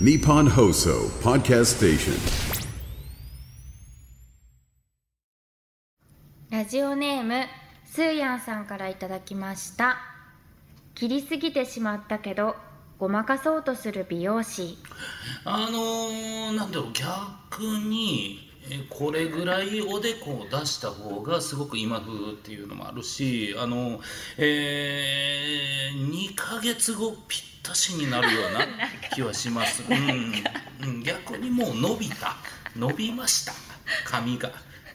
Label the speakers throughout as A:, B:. A: Nippon Hoso Podcast Station.
B: ラジオネームスーヤンさんからいただきました切りすぎてしまったけどごまかそうとする美容師
C: あのー、なんだろう、逆に、えーこれぐらいおでこを出した方がすごく今風っていうのもあるし、あの、えー、2ヶ月後ぴったしになるよ うな気はします。うんうん、逆にもう伸びた。伸びました。髪が。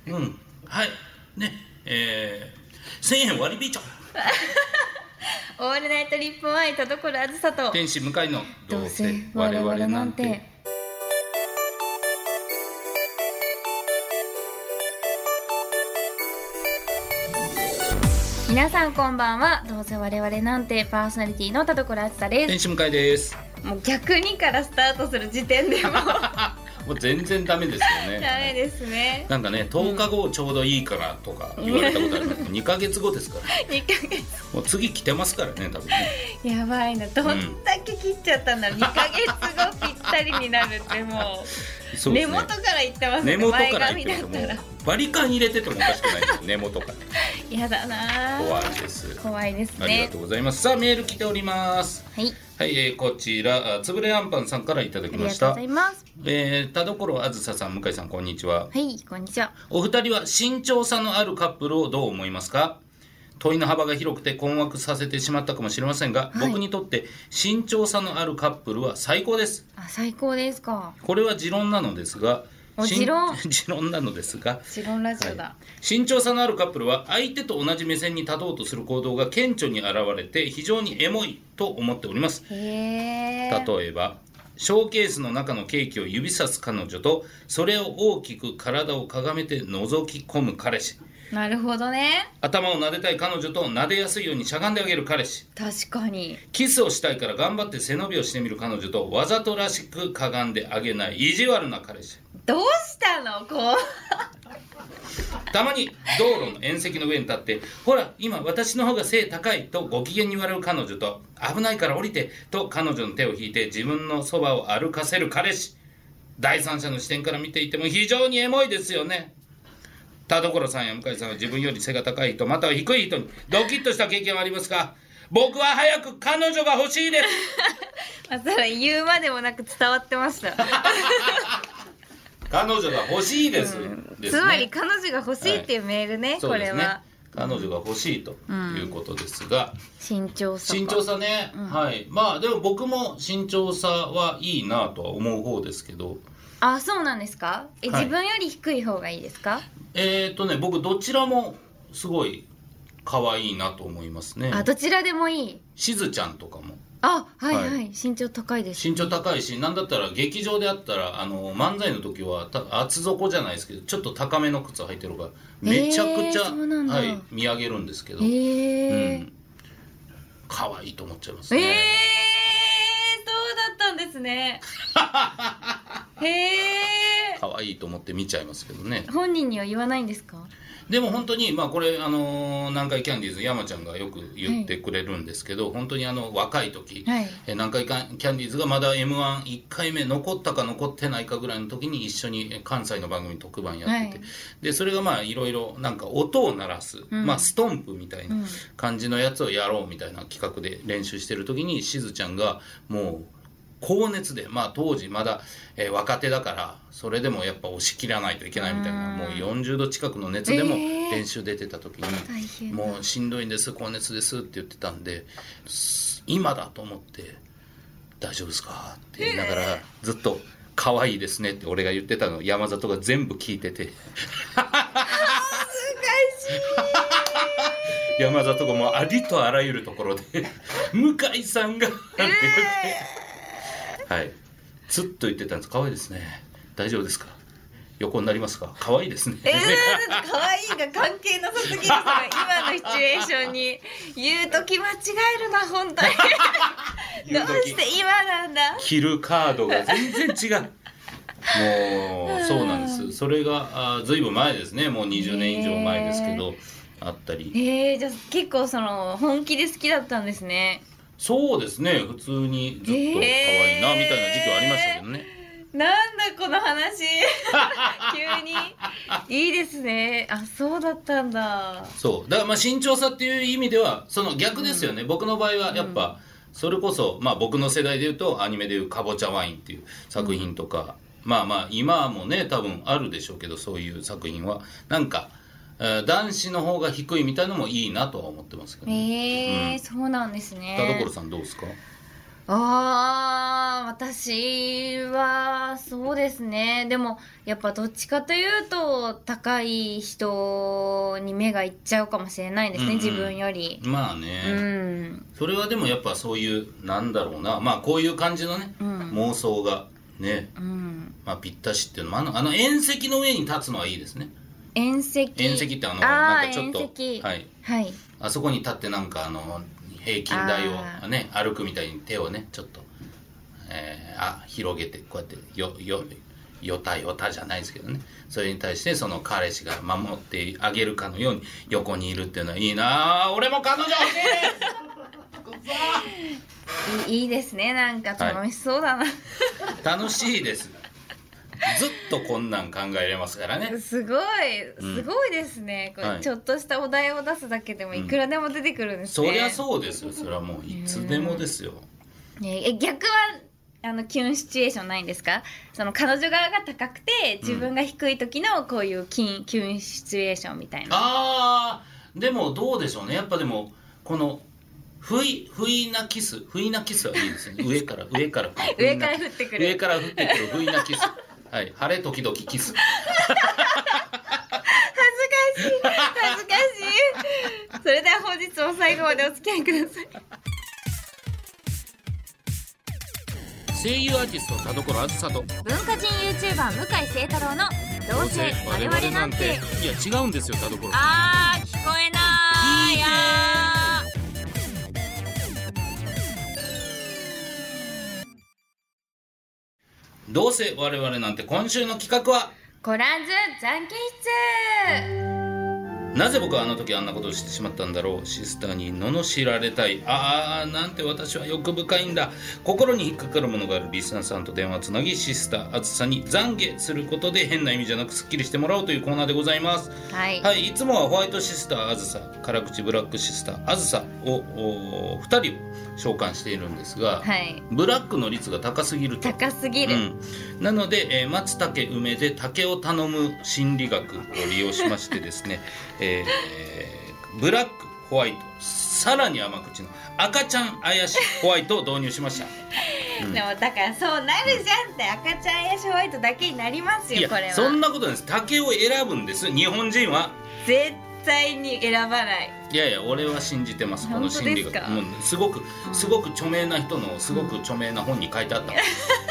C: うん。はい。ね。えー、1000円割引ちょ。
B: オールナイトリップワイ田所あずさと
C: 天使向かいの、
B: どうせ我々なんて。皆さんこんばんはどうせ我々なんてパーソナリティの田所あずさで
C: 天使向かいです。
B: すもう逆にからスタートする時点 でもう
C: もう全然ダメですよね。
B: ダメですね
C: なんかね、10日後ちょうどいいからとか言われたことあります けど、2ヶ月後ですから、
B: 2ヶ月
C: もう次来てますからね、多分ね。
B: やばいなどんだけ切っちゃったんだろう、2ヶ月後ぴったりになるってもう
C: そうで
B: 根
C: すね
B: 元からいってますね
C: 根元から言ってる
B: 前
C: と
B: 髪
C: も
B: だったら
C: うバリカン入れててもおかしくないです根元から
B: 嫌だなぁ
C: 怖いです
B: 怖いです
C: あり
B: ね
C: がとうございますさあメール来ております
B: はい
C: はい、えーこちらあつぶれあんぱんさんからいただ
B: あ
C: き
B: り
C: ま
B: が
C: し
B: とうご
C: た
B: ざいます
C: えー、田所あずささん向井さんこんにちは
B: はいこんにちは
C: お二人は身長差のあるカップルをどう思いますか問いの幅が広くて困惑させてしまったかもしれませんが、
B: はい
C: 僕にとって身長差のあるカップルは最高です
B: あ最高ですか
C: これは持論なのですが
B: お
C: 身
B: 持論
C: 持論なのですが
B: ジロンラジオだ、
C: 身長差のあるカップルは相手と同じ目線に立とうとする行動が顕著に現れて非常にエモいと思っております
B: へえ
C: 例えばショーケースの中のケーキを指さす彼女とそれを大きく体をかがめて覗き込む彼氏
B: なるほどね
C: 頭を撫でたい彼女と撫でやすいようにしゃがんであげる彼氏
B: 確かに
C: キスをしたいから頑張って背伸びをしてみる彼女とわざとらしくかがんであげない意地悪な彼氏
B: どう したのこ
C: たまに道路の縁石の上に立って「ほら今私の方が背高い」とご機嫌に言われる彼女と「危ないから降りて」と彼女の手を引いて自分のそばを歩かせる彼氏第三者の視点から見ていても非常にエモいですよね田所さんや向井さんは自分より背が高い人または低い人にドキッとした経験はありますか僕は早く彼女が欲しいです
B: うあそれ言うまでもなく伝わってま した、
C: 彼女が欲しいです,、ですね
B: つまり彼女が欲しいっていうメールね、
C: そ
B: こ
C: うで
B: れ
C: すね
B: は
C: 彼女が欲しいということですが、
B: 身長差か
C: 身長差ね、はいまあでも僕も身長差はいいなとは思う方ですけど
B: あそうなんですかえ、
C: はい
B: 自分より低い方がいいですか、
C: えっ、ー、とね僕どちらもすごい可愛いなと思いますね
B: あどちらでもいい
C: しずちゃんとかも
B: あはいはい、
C: はい
B: 身長高いです
C: 身長高いしなんだったら劇場であったらあの漫才の時はた厚底じゃないですけどちょっと高めの靴履いてるからめちゃくち
B: えー
C: ゃ、
B: そうなんだ
C: はい、見上げるんですけど、
B: えー
C: うん可愛いと思っちゃいます
B: えー、そう
C: ね、
B: だったんですね へえ
C: 可愛いと思って見ちゃいますけどね
B: 本人には言わないんですか
C: でも本当に、まあ、これ、あのー南海キャンディーズ山ちゃんがよく言ってくれるんですけど、本当にあの若い時、
B: はい
C: えー南海キャンキャンディーズがまだ m 1 1回目残ったか残ってないかぐらいの時に一緒にえー関西の番組特番やってて、
B: はい
C: でそれがまあいろいろなんか音を鳴らす、
B: うん
C: まあ、ストンプみたいな
B: うん
C: 感じのやつをやろうみたいな企画で練習してる時にしずちゃんがもう。高熱で、まあ、当時まだ、えー若手だからそれでもやっぱ押し切らないといけないみたいな
B: うん
C: もう40度近くの熱でも
B: えー
C: 練習出てた時に、
B: 大変
C: もうしんどいんです高熱ですって言ってたんで今だと思って「大丈夫ですか?」って言いながらずっと「可愛いですね」って俺が言ってたのを山里が全部聞いてて山里がもうありとあらゆるところで「向井さんが」って言って、はいずっと言ってたんです「可愛いですね大丈夫ですか横になりますか可愛いですね」
B: えー、だって可愛いが関係なさすぎるそれ今のシチュエーションに言う時間違えるな本当にど
C: 言う
B: う
C: 時
B: して今なんだ
C: 着るカードが全然違うもうそうなんですそれがあずいぶん前ですねもう20年以上前ですけど、あったり
B: えー、じゃあ結構その本気で好きだったんですね
C: そうですね普通にずっと可愛いななみたいな時期はありましたけどね。
B: なんだこの話 急にいいですねあそうだったんだ
C: そうだからまあ慎重さっていう意味ではその逆ですよね、僕の場合はやっぱ、それこそ、まあ、僕の世代でいうとアニメでいう「かぼちゃワイン」っていう作品とか、まあまあ今もね多分あるでしょうけどそういう作品はなんか、えー男子の方が低いみたいのもいいなとは思ってますけど、ね、
B: えー
C: うん
B: そうなんですね
C: 田所さんどうですか
B: ああ私はそうですねでもやっぱどっちかというと高い人に目がいっちゃうかもしれないですね、
C: うんうん
B: 自分より
C: まあ
B: う
C: ね、
B: ん
C: それはでもやっぱそういうなんだろうなまあこういう感じのね、
B: うん
C: 妄想がね、
B: うん
C: まあ、ぴったしっていうのもあのあの縁石の上に立つのはいいですね
B: 遠石
C: 遠石ってあの
B: あー
C: なんかちょっと
B: 遠石
C: はい、
B: はい
C: あそこに立ってなんかあの平均台
B: あ
C: をね歩くみたいに手をねちょっと、えーあ広げてこうやってよよよたよたじゃないですけどねそれに対してその彼氏が守ってあげるかのように横にいるっていうのはいいなあ俺も彼女欲しい
B: いいいいですねなんか楽しそうだな、
C: 楽しいですずっとこんなん考えれますからね
B: すごい
C: ん
B: すごいですね、こ
C: は
B: れ
C: い
B: ちょっとしたお題を出すだけでもいくらでも出てくるんです
C: そ
B: ね、
C: りゃそうですよそれはもういつでもですよ
B: ねえ逆はあのキュンシチュエーションないんですかその彼女側が高くて自分が低い時のこういうキュンキュンシチュエーションみたいな
C: あーでもどうでしょうねやっぱでもこの不意不意なキス不意なキスはいいですね上から上から来 る
B: 上から降ってくる
C: 上から降ってくる不意なキスはい晴れ時々キス
B: 恥ずかしい恥ずかしいそれでは本日も最後までお付き合いください
C: 声優アーティスト田所あずさと
B: 文化人 YouTuber 向井聖太郎の「どうせ我々なんて
C: いや違うんですよ田所」
B: あー聞こえないやー
C: どうせ我々なんて今週の企画は
B: コランズ残機室
C: なぜ僕はあの時あんなことをしてしまったんだろうシスターに罵られたいああなんて私は欲深いんだ心に引っかかるものがあるリスナーさんと電話をつなぎシスターあずさに懺悔することで変な意味じゃなくすっきりしてもらおうというコーナーでございます
B: はい、
C: はいいつもはホワイトシスターあずさ辛口ブラックシスターあずさをお2人を召喚しているんですが、
B: はい、
C: ブラックの率が高すぎると
B: 高すぎる、
C: うん、なので、えー、松竹梅で竹を頼む心理学を利用しましてですね、 えーブラックホワイトさらに甘口の赤ちゃん怪しいホワイトを導入しました
B: でもだからそうなるじゃんって赤ちゃんやシホワイトだけになります
C: い
B: よ
C: や
B: これは
C: そんなことないです竹を選ぶんです日本人は
B: 絶対に選ばない
C: いやいや俺は信じてますこの心理学
B: 本当ですか
C: もうすごくすごく著名な人のすごく著名な本に書いてあったの、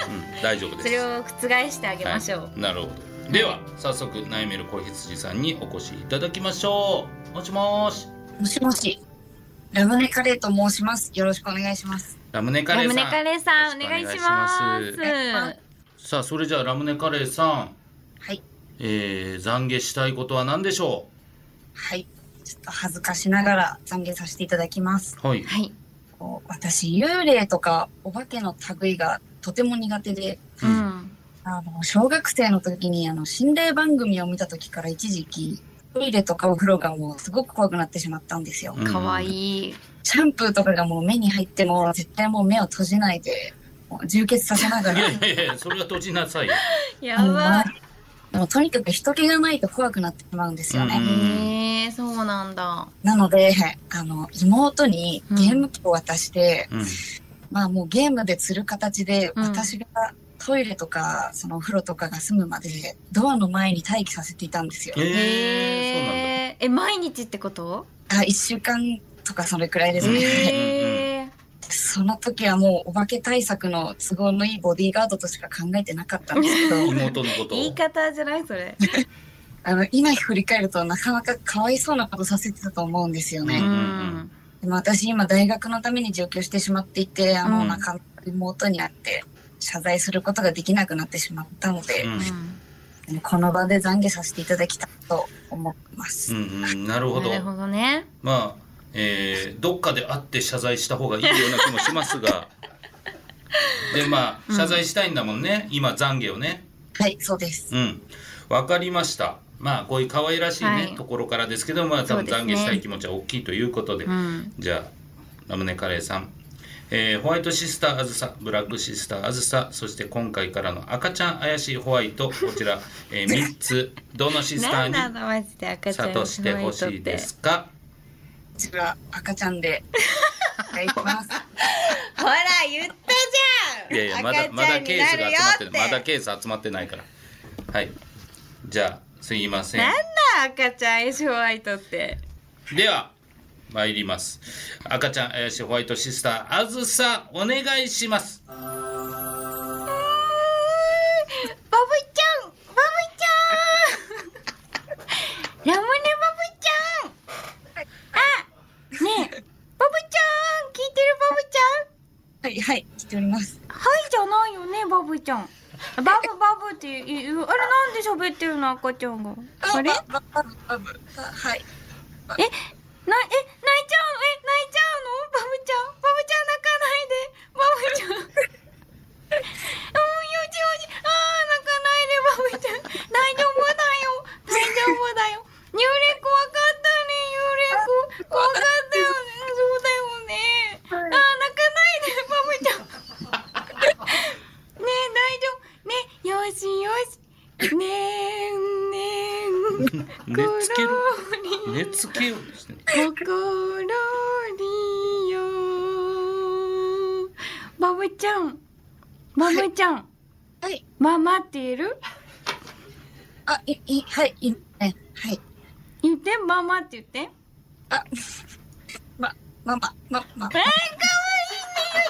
C: うん、大丈夫です
B: それを覆してあげましょう、
C: はいなるほどでは早速悩める子羊さんにお越しいただきましょうもしもーし
D: もしもし。ラムネカレーと申します。よろしくお願いします。
C: ラムネカ
B: ラ
C: レー
B: ム
C: さん
B: ネカレーさんお願いしま
C: よろ
B: す
C: くお願いしますさあそれじゃあラムネカレーさん、
D: はい。
C: えー、懺悔したいことは何でしょ
D: はい。ちょっと恥ずかしながら懺悔させていただきます。
C: うはい
B: はい
D: こう私、幽霊とかお化けの類がとても苦手で、
B: う
C: うん
B: ん
D: あの、小学生の時にあの、心霊番組を見た時から一時期、トイレとかお風呂がもうすごく怖くなってしまったんですよ。
B: かわ
C: い
B: いい、
D: シャンプーとかがもう目に入っても絶対もう目を閉じないで、もう充血させなが
C: い
D: ら
C: や。いやいやそれは閉じなさいよ
B: やば
D: でもとにかく人気がないと怖くなってしまうんですよね。
C: うん
B: へえそうなんだ
D: なので、あの、妹にゲーム機を渡して、
C: うん
D: まあもうゲームで釣る形で、
B: うん
D: 私がトイレとか、そのお風呂とかが済むまで、ドアの前に待機させていたんですよ。
C: へえ
B: へええ毎日ってこと
D: あ一週間とかそれくらいですね。
B: へえ
D: その時はもうお化け対策の都合のいいボディーガードとしか考えてなかったんですけ
C: そう
D: ど
C: なん、だ妹のことを
B: 言い方じゃないそれ
D: あの、今振り返るとなかなかかわいそうなことさせてたと思うんですよね。
C: うん
D: でも私今大学のために上京してしまっていて、あの、
B: うん
D: なかなか妹に会って謝罪することができなくなってしまったので
C: う、ん
D: この場で懺悔させていただきたいと思います。
C: うんうんなる
B: う
C: ほ
B: ん、
C: ど
B: なるほどね
C: まあ えー、どっかで会って謝罪した方がいいような気もしますがで、まあ、謝罪したいんだもんね。今、懺悔をね。
D: はい、そうです。
C: うん。わかりました。まあ、こういう可愛らしいね、
B: はい
C: ところからですけど、まあ、多
B: そう
C: 分
B: です
C: 懺
B: ね
C: 悔したい気持ちは大きいということで。
B: うん
C: じゃあ、ラムネカレーさん。えーホワイトシスターあずさ、ブラックシスターあずさ、そして今回からの赤ちゃん怪しいホワイト、こちら、 え3つ、どのシスター
B: 何
C: に
B: なのマジで赤ちゃん
C: 諭してほしいですか
D: こちら、赤ちゃんで。お願いします。
B: ほら言った
C: い
B: じゃん
C: やいや、まだ、まだケースが集まってる。まだ
B: ー
C: ケース集まってないから。はい。じゃあ、すいません。
B: なんだ赤ちゃんアイスホワイトって
C: では、参ります。赤ちゃん怪しいホワイトシスター、あずさ、お願いします。
B: バブイちゃんバブイちゃんラムネバブイちゃんあねえバブイちゃん聞いてるバブイちゃん
D: はい、はい、来ております。
B: はいじゃないよねバブイちゃんバブバブって言うあれなんで喋ってるの赤ちゃんがあれ
D: ババブバブあはい。
B: え、な、え、泣いちゃうのえ、泣いちゃうのバブちゃん。バブちゃん泣かないで。バブちゃん。うん、よちよち。ああ、泣かないで、バブちゃん。大丈夫だよ。大丈夫だよ。幽霊怖かったね、幽霊子。怖かったよね。そうだよね。ああ、泣かないで、バブちゃん。ねえ、大丈夫。ね、よしよし。ねえ、ねえ。
C: 寝つける。
B: ころり
C: 寝つけようとしてる
B: 心によバブちゃんバブちゃん、
D: はい。
B: ママって言える
D: あ、い、い、はい、いいね。はい。
B: 言ってママって言って
D: あ、ま、ママ、ま、ま、
B: えー、かわい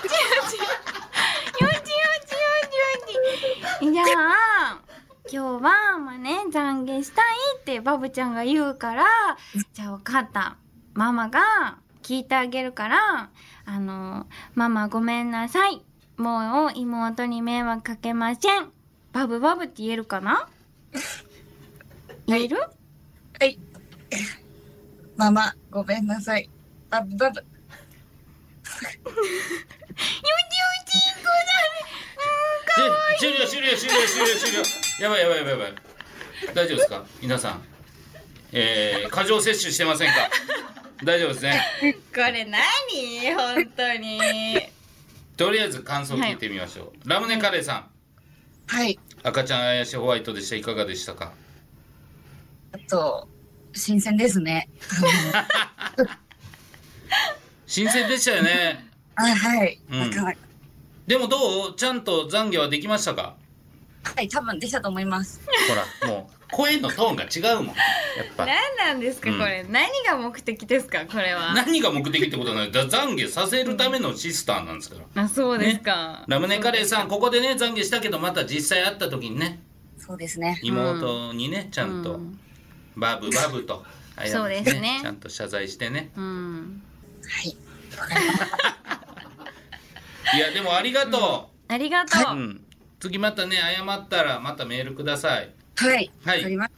B: いねよちよ ちよちよちよちよちじゃあ今日はまあね懺悔したいってバブちゃんが言うからじゃあ分かったママが聞いてあげるからあのママごめんなさいもう妹に迷惑かけませんバブバブって言えるかな言える
D: はい。ママ、ごめんなさい。バブバブ。
B: よちよちいい子だね
C: 終了終了終了終了終了やばいやばいやばいやばい大丈夫ですか皆さんえー、過剰摂取してませんか大丈夫ですね
B: これ何本当に
C: とりあえず感想聞いてみましょう、ラムネカレーさん
D: はい。
C: 赤ちゃん怪しいホワイトでしたいかがでしたか
D: あと、新鮮です ね。
C: 新鮮でしたよね
D: あのあ、はい。
C: うん
D: なかなか。
C: でもどうちゃんと懺悔はできましたか
D: はい、多分できたと思います。
C: ほらもう声のトーンが違うもんやっぱ
B: 何なんですか、
C: うん
B: これ何が目的ですかこれは
C: 何が目的ってことないだ懺悔させるためのシスターなんですから
B: あそうですか、
C: ラムネカレーさんここでね懺悔したけどまた実際会った時にね
D: そうですね。
C: 妹にね、ちゃんと、
B: うん
C: バブバブと、あや
B: そうですね
C: ちゃんと謝罪してね
B: うん
D: はい。
C: いやでもありがと
B: ありがと
C: う、
B: う、
C: うん次またね謝ったらまたメールください
D: はい。
C: はい
D: わかりまし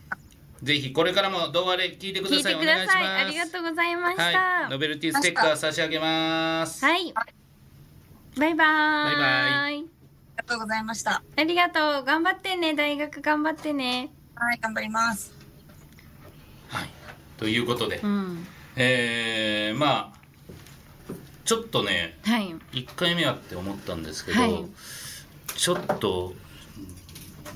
C: ぜひこれからもどうあれ聞いてくだ
B: 聞い
C: さい
B: てくださいあ
C: お願い
B: り
C: しま
B: が
C: す
B: とうございました、
C: はいノベルティステッカー差し上げます
B: はいバイバーイ
C: バ
B: イ
D: た。ありがとうございました。
B: ありがとう頑張ってね大学頑張ってね
D: はい、頑張ります。
C: はいということで、
B: うん
C: えー、まあちょっとね
B: はい
C: 1回目はって思ったんですけど、
B: はい
C: ちょっと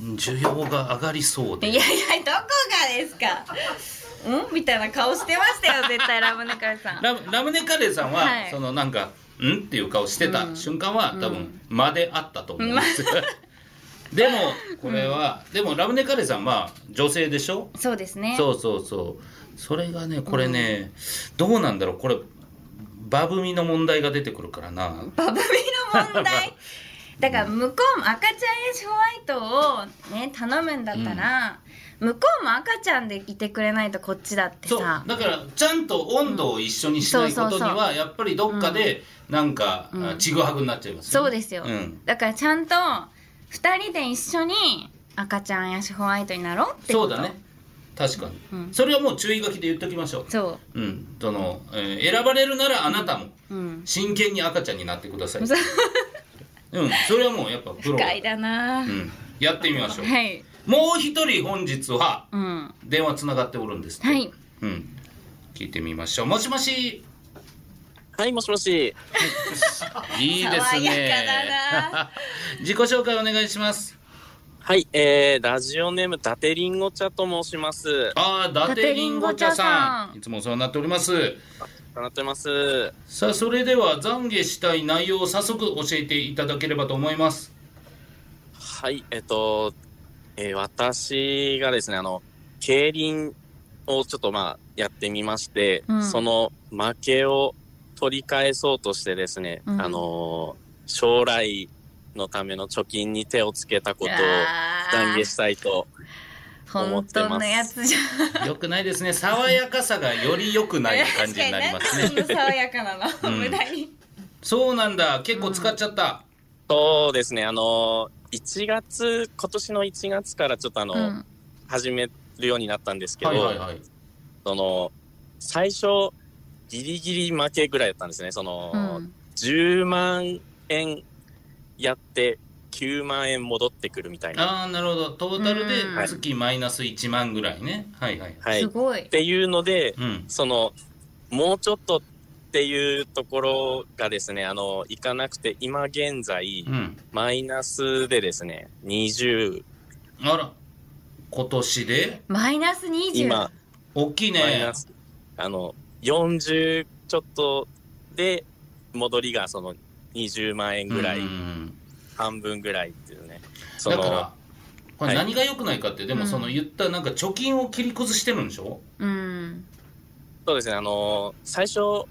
C: うん需要が上がりそう
B: いや
C: で
B: いやどこがですかうんみたいな顔してましたよ絶対ラムネカルさん
C: ラムラムネカレーさんは、
B: はい
C: そのなんか「ん?」っていう顔してた瞬間は、多分間であったと思うんですよ でもこれは、でもラムネカレーさんは女性でしょ、
B: そうですね
C: そうそうそうそれがねこれね、どうなんだろうこれバブミの問題が出てくるからな
B: バブミの問 題だから向こうも赤ちゃんやシホワイトをね頼むんだったら、向こうも赤ちゃんでいてくれないとこっちだって
C: そう
B: さ
C: だからちゃんと温度を一緒にしないことに
B: うんそうそう
C: はやっぱりどっかでなんか、
B: うん
C: あちぐはぐになっちゃいます
B: そうですよ、
C: うん
B: だからちゃんと二人で一緒に赤ちゃんやシホワイトになろうってこ
C: そう
B: と
C: だね確かに、
B: うん
C: それはもう注意書きで言っときましょう
B: そ
C: うん、その、えー選ばれるならあなたも
B: ううん
C: 真剣に赤ちゃんになってください。
B: そう
C: うん、それはもうやっぱプロだ
B: 深いだな、
C: うん、やってみましょう、
B: はい
C: もう一人本日は
B: うん
C: 電話つながっておるんですって
B: はい
C: うん、聞いてみましょうもしもし
E: はい、もしもし。
C: いいです
B: 爽
C: ね
B: やかだ
C: 自己紹介お願いします
E: はい、えー、ラジオネーム、伊達りんご茶と申します。
C: ああ伊達りんご
B: 伊達りん
C: 茶さ
B: ご茶さ
C: ん
B: ん
C: いつもお世話になっております
E: あなってます。
C: さあそれでは懺悔したい内容を早速教えていただければと思 います
E: はい、えっと、えー私がですね、あの、競輪をちょっとまあ、やってみまして、
B: うん
E: その負けを取り返そうとしてですね、
B: うん
E: あのー将来のための貯金に手をつけたことを懺悔したいと。思
B: 本
E: ってます
B: 当のやつじゃん
C: よくないですね爽やかさがより良くない感じになりま すね
B: 確かになんでそんな爽やかなの、
C: うん
B: 無駄に
C: そうなんだ結構使っちゃった、
E: そうですね、あのー、1月、今年の1月からちょっとあの、
B: うん
E: 始めるようになったんですけど、
C: はいはいはい
E: その、最初、ギリギリ負けぐらいだったんですね。その、
B: うん
E: 10万円やって9万円戻ってくるみたいな。
C: ああなるほどトータルで
B: うん
C: 月マイナス1万ぐらいねはいはい
E: はい。
B: す
E: っ
B: ごい
E: ていうので、
C: うん
E: その、もうちょっとっていうところがですね、あの、いかなくて、今現在
C: う、ん
E: マイナスでですね、20、
C: あら今年で
B: マイナス20
E: 今、
C: 大きい
E: マイ
C: ね
E: ナス、あの、40ちょっとで、戻りがその20万円ぐらい、
C: うん
E: 半分ぐらいっていうね。そ
C: だ
E: の
C: からこれ
E: はい
C: 何が良くないかって、でもその言ったなんか貯金を切り崩してるんでしょ
B: うん
E: そうですね、あのー最初、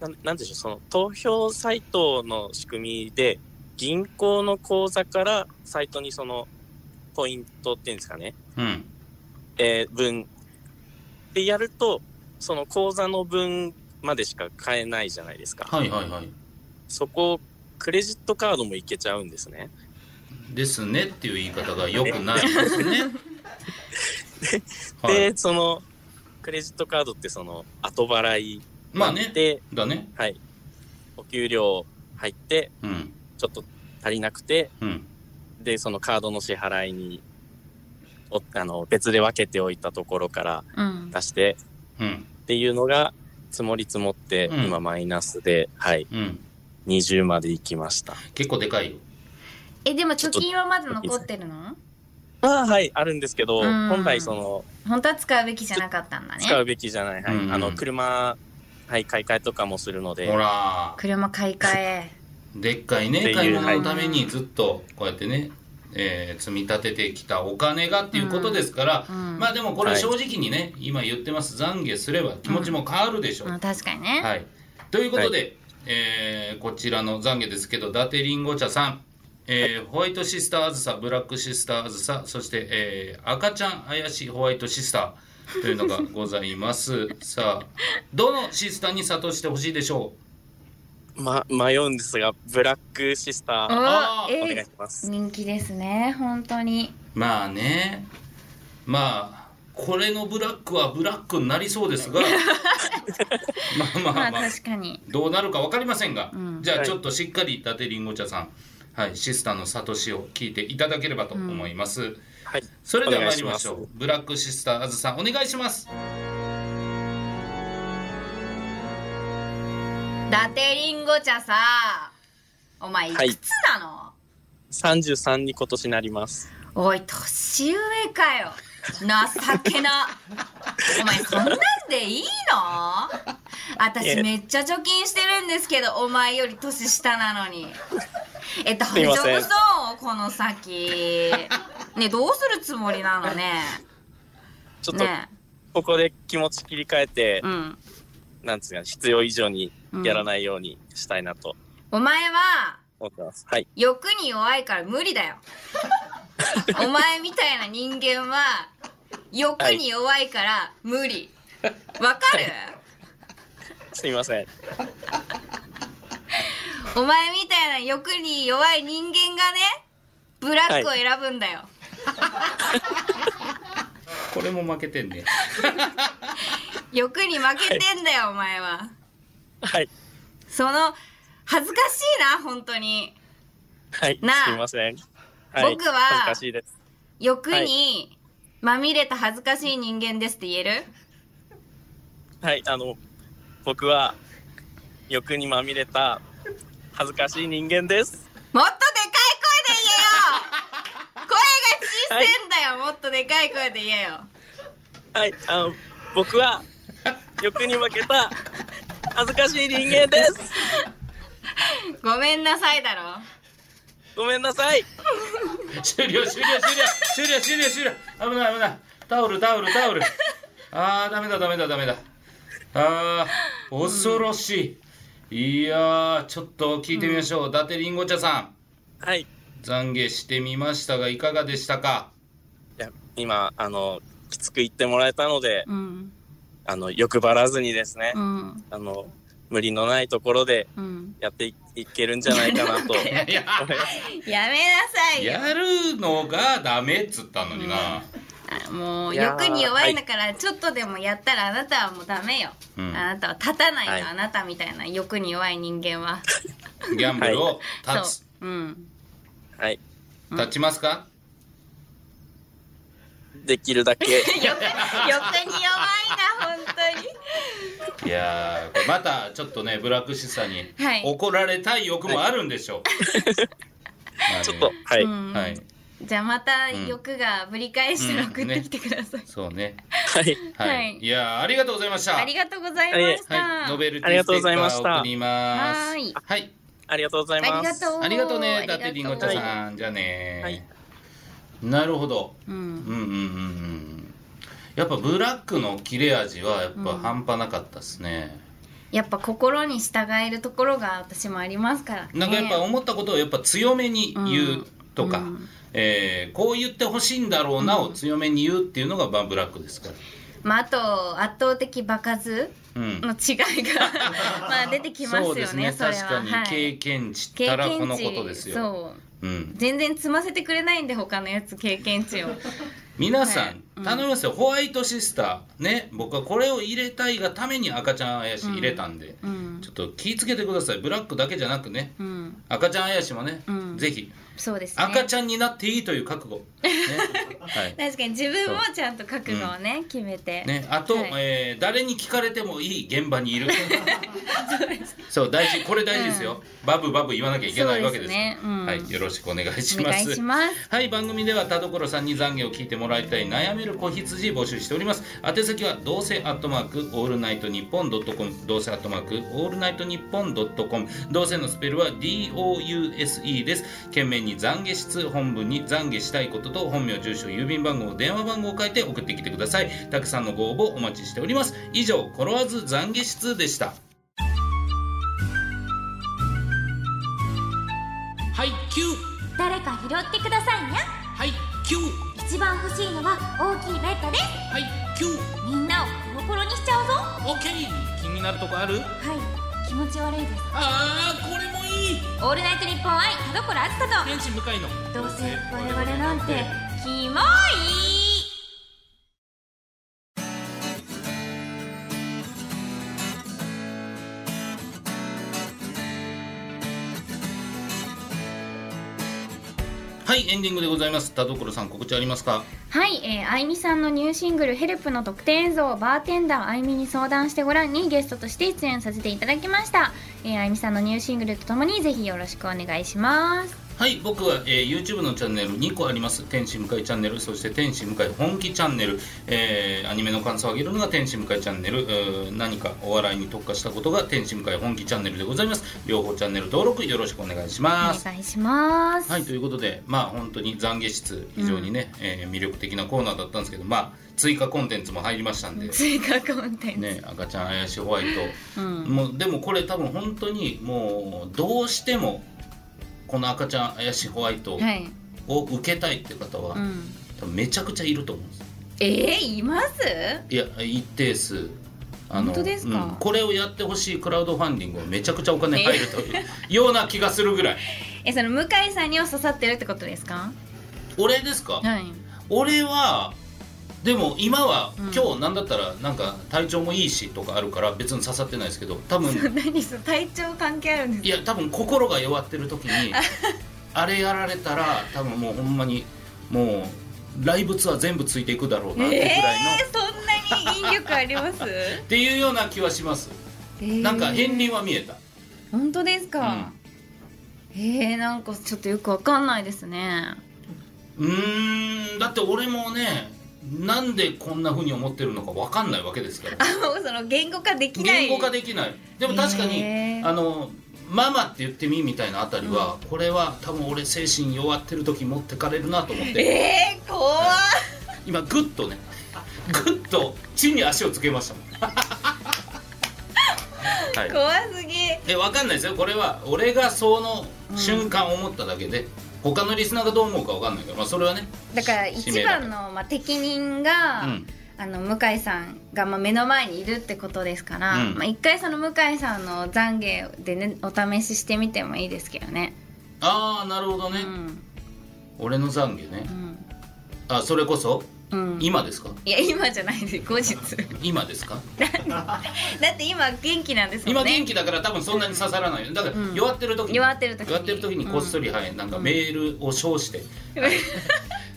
E: なんなんでしょう、その投票サイトの仕組みで、銀行の口座からサイトにそのポイントっていうんですかね、
C: うん
E: えー分でやると、その口座の分までしか買えないじゃないですか。
C: はいはいはい
E: そこ、クレジットカードもいけちゃうんですね。
C: ですねっていう言い方が良くないですね。はい、
E: で、その、クレジットカードってその後払い
C: まあ
E: で、
C: ね、だね。
E: はい、お給料入って、
C: うん、
E: ちょっと足りなくて、
C: うん、
E: で、そのカードの支払いに、おあの、別で分けておいたところから
B: うん
E: 出して
C: うん、
E: っていうのが、積もり積もって、
C: うん
E: 今マイナスで、はい、
C: うん。
E: 20まで行きました。
C: 結構でかいよ。
B: えでも貯金はまだ残ってるの
E: ああ、はい、あるんですけど、
B: うん
E: 本来その、
B: 本当は使うべきじゃなかったんだね
E: 使うべきじゃない、はい、
C: うん
E: あの、車、はい、買い替えとかもするの
C: ほ
E: で、
C: ら、
B: 車買い替 え
C: でっかい
E: ってい
C: ね、
E: う
C: 買い物のためにずっとこうやってね、えー積み立ててきたお金がっていうことですから、
B: うんうん
C: まあでもこれ正直にね、今言ってます、懺悔すれば気持ちも変わるでしょう。
B: うん確かにね、
C: はい。ということで、
E: は
C: えーこちらの懺悔ですけど、伊達りんご茶さん、えーホワイトシスターあずさ、ブラックシスターあずさ、そして、えー赤ちゃん怪しいホワイトシスターというのがござ います。さあ、どのシスターに諭してほしいでしょう
E: ま、迷うんですが、ブラックシスター、
C: あ
B: あ
C: ー
E: お願い
B: え
E: します。
B: 人気ですね本当に
C: まあね、まあ、これのブラックはブラックになりそうです が、まあま
B: ま
C: あ
B: あ
C: まあ、
B: 確かに
C: どうなるか分かりませんが、
B: うん
C: じゃあ
E: はい
C: ちょっとしっかり伊達りんご茶さん、はい、シスターのサトシを聞いていただければと思います、
E: はい、
C: それでは
E: お願
C: 参
E: い
C: り
E: し
C: ま
E: ま
C: し
E: す
C: ょうブラックシスターあずさんお願いします
B: 伊達りんご茶さお前い
E: はい
B: くつなの、
E: 33に今年なります。
B: おい年上かよ情けなお前そんなんでいいの
E: い
B: 私
E: や
B: めっちゃ貯金してるんですけどお前より年下なのにえ大丈
E: いま
B: 夫
E: せん
B: そうこの先ねどうするつもりなのね
E: ちょっと、
B: ね
E: ここで気持ち切り替えて、
B: うん
E: なんつうか、必要以上にやらないようにしたいなと
B: お前は
E: 思ってます。はい。
B: 欲に弱いから無理だよお前みたいな人間は欲に弱いから無理わかる、
E: すみません。
B: お前みたいな欲に弱い人間がねブラックを選ぶんだ よ、
C: これも負けてんね
B: 欲に負けてんだよ、お前は
E: はい。
B: その恥ずかしいな本当に
E: はい、す
B: なあ
E: みません。はい、
B: 僕は
E: 恥ずかしいです。
B: 欲
E: は
B: にまみれた恥ずかしい人間ですって言える
E: はい、あの、僕は欲にまみれた恥ずかしい人間です。
B: もっとでかい 声で言えよ声が小せんだよ、もっとでかい声で言えよ
E: はい、あの、僕は欲に負けた恥ずかしい人間です。
B: ごめんなさいだろ
E: ごめんなさい。
C: 終了終了終了終了終了終了危ない危ないタオルタオルタオルあーダメだダメだダメだあー恐ろしいいやーちょっと聞いてみましょう、伊達りんご茶さん
E: はい。い
C: 懺悔してみましたがいかがでしたか
E: や今、あの、きつく言ってもらえたので、
B: うん
E: あの、欲張らずにですね、
B: うん
E: あの、無理のないところで
B: うん
E: やっていいけるんじゃないか なと。
B: や
C: いや
B: やめなさいよ
C: やるのがダメっつったのにな、
B: あもう
E: いやー
B: 欲に弱いんだからちょっとでもやったらあなたはもうダメよ、
C: うん
B: あなたは立たないの、
E: はい
B: あなたみたいな欲に弱い人間は
C: ギャンブルを
B: そう
C: 立つ、
B: うん
E: はい。
B: うん
C: 立ちますか
E: でき るだけ。
B: 欲欲に弱いな本当に
C: いやーこれまたちょっとねブラックシスターに
B: はい
C: 怒られたい欲もあるんで しょう、
E: ちょっと、はい。
B: うん
C: はい
B: じゃあまた欲がぶり返したら送ってきてください、
C: そうね
E: はい。
C: はい、
B: はいい、
C: やーありがとうございました
B: ありがとうございました、
C: はいノベルテ
E: あり
C: ィ
E: が
C: ステ
E: と
C: ッ
E: う
C: カ
E: ございました
C: ー送ります
B: はーい
C: はい
E: ありがとうござい
B: あ
E: ま
B: りが
E: す。
B: とう
C: ありがとう
B: あ
C: ね
B: りが
C: だっ
B: とう
C: てりんご茶さんじゃあ
E: は
C: ね
E: い
C: ーなるほど
B: う
C: うん
B: ん
C: うんうんうんやっぱブラックの切れ味はやっぱ半端なかったですね、
B: やっぱ心に従えるところが私もありますからね
C: なんかやっぱ思ったことをやっぱ強めに言うとか、
B: うんうん
C: えーこう言ってほしいんだろうなを強めに言うっていうのがバンブラックですか
B: まああと圧倒的場数
C: ら、うん、
B: の違いが まあ出てきます
C: そ
B: よ
C: う
B: ね
C: ですね
B: それは
C: 確かに経
B: はい
C: 験値った
B: 経
C: らこ
B: 験
C: の
B: 値
C: ことですよ、
B: そう
C: うん、
B: 全然積ませてくれないんで他のやつ経験値を
C: 皆さん、
B: はいうん
C: 頼みますよホワイトシスターね僕はこれを入れたいがために赤ちゃんあやし入れたんで、
B: うん
C: ちょっと気ぃつけてくださいブラックだけじゃなくね
B: うん
C: 赤ちゃんあやしもね、
B: うん
C: ぜひ
B: そうですね
C: 赤ちゃんになっていいという覚悟、ね はい
B: 確かに自分もちゃんと覚悟をね決めて、
C: ね、あと、
B: はい
C: えー誰に聞かれてもいい現場 にいるそう大事これ大事ですよ、バブバブ言わなきゃいけないわけですから
B: そうですねうん
C: はい、よろしくお願いし
B: お
C: ま
B: 願い
C: す
B: します
C: はい番組では田所さんに懺悔を聞いてもらいたい悩める子羊募集しております宛先はどうせアットマークオールナイトニッポンドットコムどうせアットマークオールナイトニッポンドットコムどうせのスペルは DOUSE です懸命に懺悔室本文に懺悔したいことと本名住所郵便番号電話番号を書いて送ってきてくださいたくさんのご応募お待ちしております以上「転わず懺悔室」でしたはいキュー
F: 誰か拾ってくださいにゃ
C: はいキュー
F: 一番欲しいのは大きいベッドです
C: はいキュー
F: みんなをコロコロにしちゃうぞは
C: オッケー気になるとこある
F: い気持ち悪いです
C: ああこれもいい
F: オールナイトニッポン愛田所あずさ
C: 天使向かいの
F: とどうせ我々なんてキモい
C: はいエンディングでございます田所さん告知ありますか
B: はい、えー、あいみさんのニューシングル「ヘルプの特典映像をバーテンダーあいみに相談してごらん」にゲストとして出演させていただきました、えー、あいみさんのニューシングルとともにぜひよろしくお願いします
C: はい僕は、えー YouTube のチャンネル2個あります天使向かいチャンネルそして天使向かい本気チャンネル、えーアニメの感想をあげるのが天使向かいチャンネルうー何かお笑いに特化したことが天使向かい本気チャンネルでございます両方チャンネル登録よろしくお願いしま
B: お
C: す
B: 願いします
C: はいということでまあ本当に懺悔室非常にね、えー魅力的なコーナーだったんですけどまあ追加コンテンツも入りましたんで
B: 追加コンテンツ、
C: ね、赤ちゃん怪しいホワイ
B: う
C: ト、
B: ん、
C: もうでもこれ多分本当にもうどうしてもこの赤ちゃん怪しいホワイト
B: はい、
C: を受けたいって方は、
B: うん、
C: 多分めちゃくちゃいると思うんです
B: えー、います
C: いや一定数あ
B: 本当ですか
C: うんこれをやってほしいクラウドファンディングはめちゃくちゃお金入ると いうような気がするぐらい
B: えその向井さんには刺さってるってことですか
C: 俺ですか、
B: はい
C: 俺はでも今は、
B: うん
C: 今日なんだったらなんか体調もいいしとかあるから別に刺さってないですけど多分
B: 何その体調関係あるんですか
C: いや多分心が弱ってる時にああれやられたら多分もうほんまにもうライブツアー全部ついていくだろうなってぐらいの、
B: そんなに引力あり ます
C: っていうような気はしますなんか片鱗は見えた、
B: 本当ですか、えー、なんかちょっとよくわかんないですね
C: うーんだって俺もねなんでこんな風に思ってるのかわかんないわけですから
B: あもうその言語化できない
C: 言語化できないでも確かに、
B: へー
C: あのママって言ってみみたいなあたりは、これは多分俺精神弱ってる時持ってかれるなと思って、
B: えー、怖っ
C: 今グッとねグッと地に足をつけましたもん はい
B: 怖すぎ
C: えわかんないですよこれは俺がその瞬間思っただけで、他のリスナーがどう思うかわかんないから、まあ、それはね
B: だから一番の、まあ、適任が、
C: うん
B: あの向井さんが、まあ、目の前にいるってことですから、
C: うん
B: まあ、一回その向井さんの懺悔でねお試ししてみてもいいですけどね
C: ああなるほどね、
B: うん
C: 俺の懺悔ね
B: うん
C: あそれこそ
B: うん
C: 今ですか
B: いや今じゃないです 後日だ
C: 今ですか
B: って今元気なんですも
C: 今
B: んね
C: 元気だから多分そんなに刺さらないよだから
B: うん
C: 弱ってる時に
B: 弱ってる時に
C: 弱ってる時にこっそり、はいなんかメールを 称して、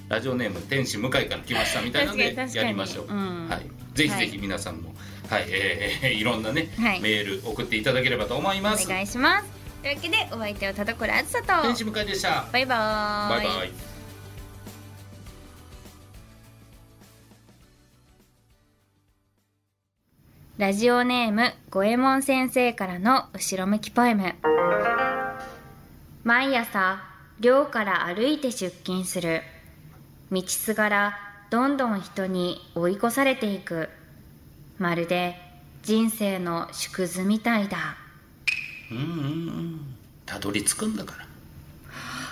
C: ラジオネーム天使向井から来ましたみたいなので
B: 確かに確か
C: や
B: に
C: りましょう、
B: うん
C: はい、ぜひぜ
B: は
C: ひ皆さんも、はいえーいろんなね、
B: はい
C: メール送っていただければと思います
B: お願いしますというわけでお相手は田所あずさと
C: 天使向井でした
B: バイバー
C: バイバイ
B: ラジオネーム五右衛門先生からの後ろ向きポエム毎朝寮から歩いて出勤する道すがらどんどん人に追い越されていくまるで人生の縮図みたいだ
C: うんうんうんたどり着くんだか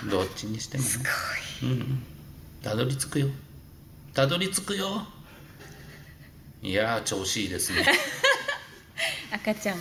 C: らどっちにしても、ね、すごい、うんうん、たどり着くよたどり着くよいやー調子いいですね
B: 赤ちゃん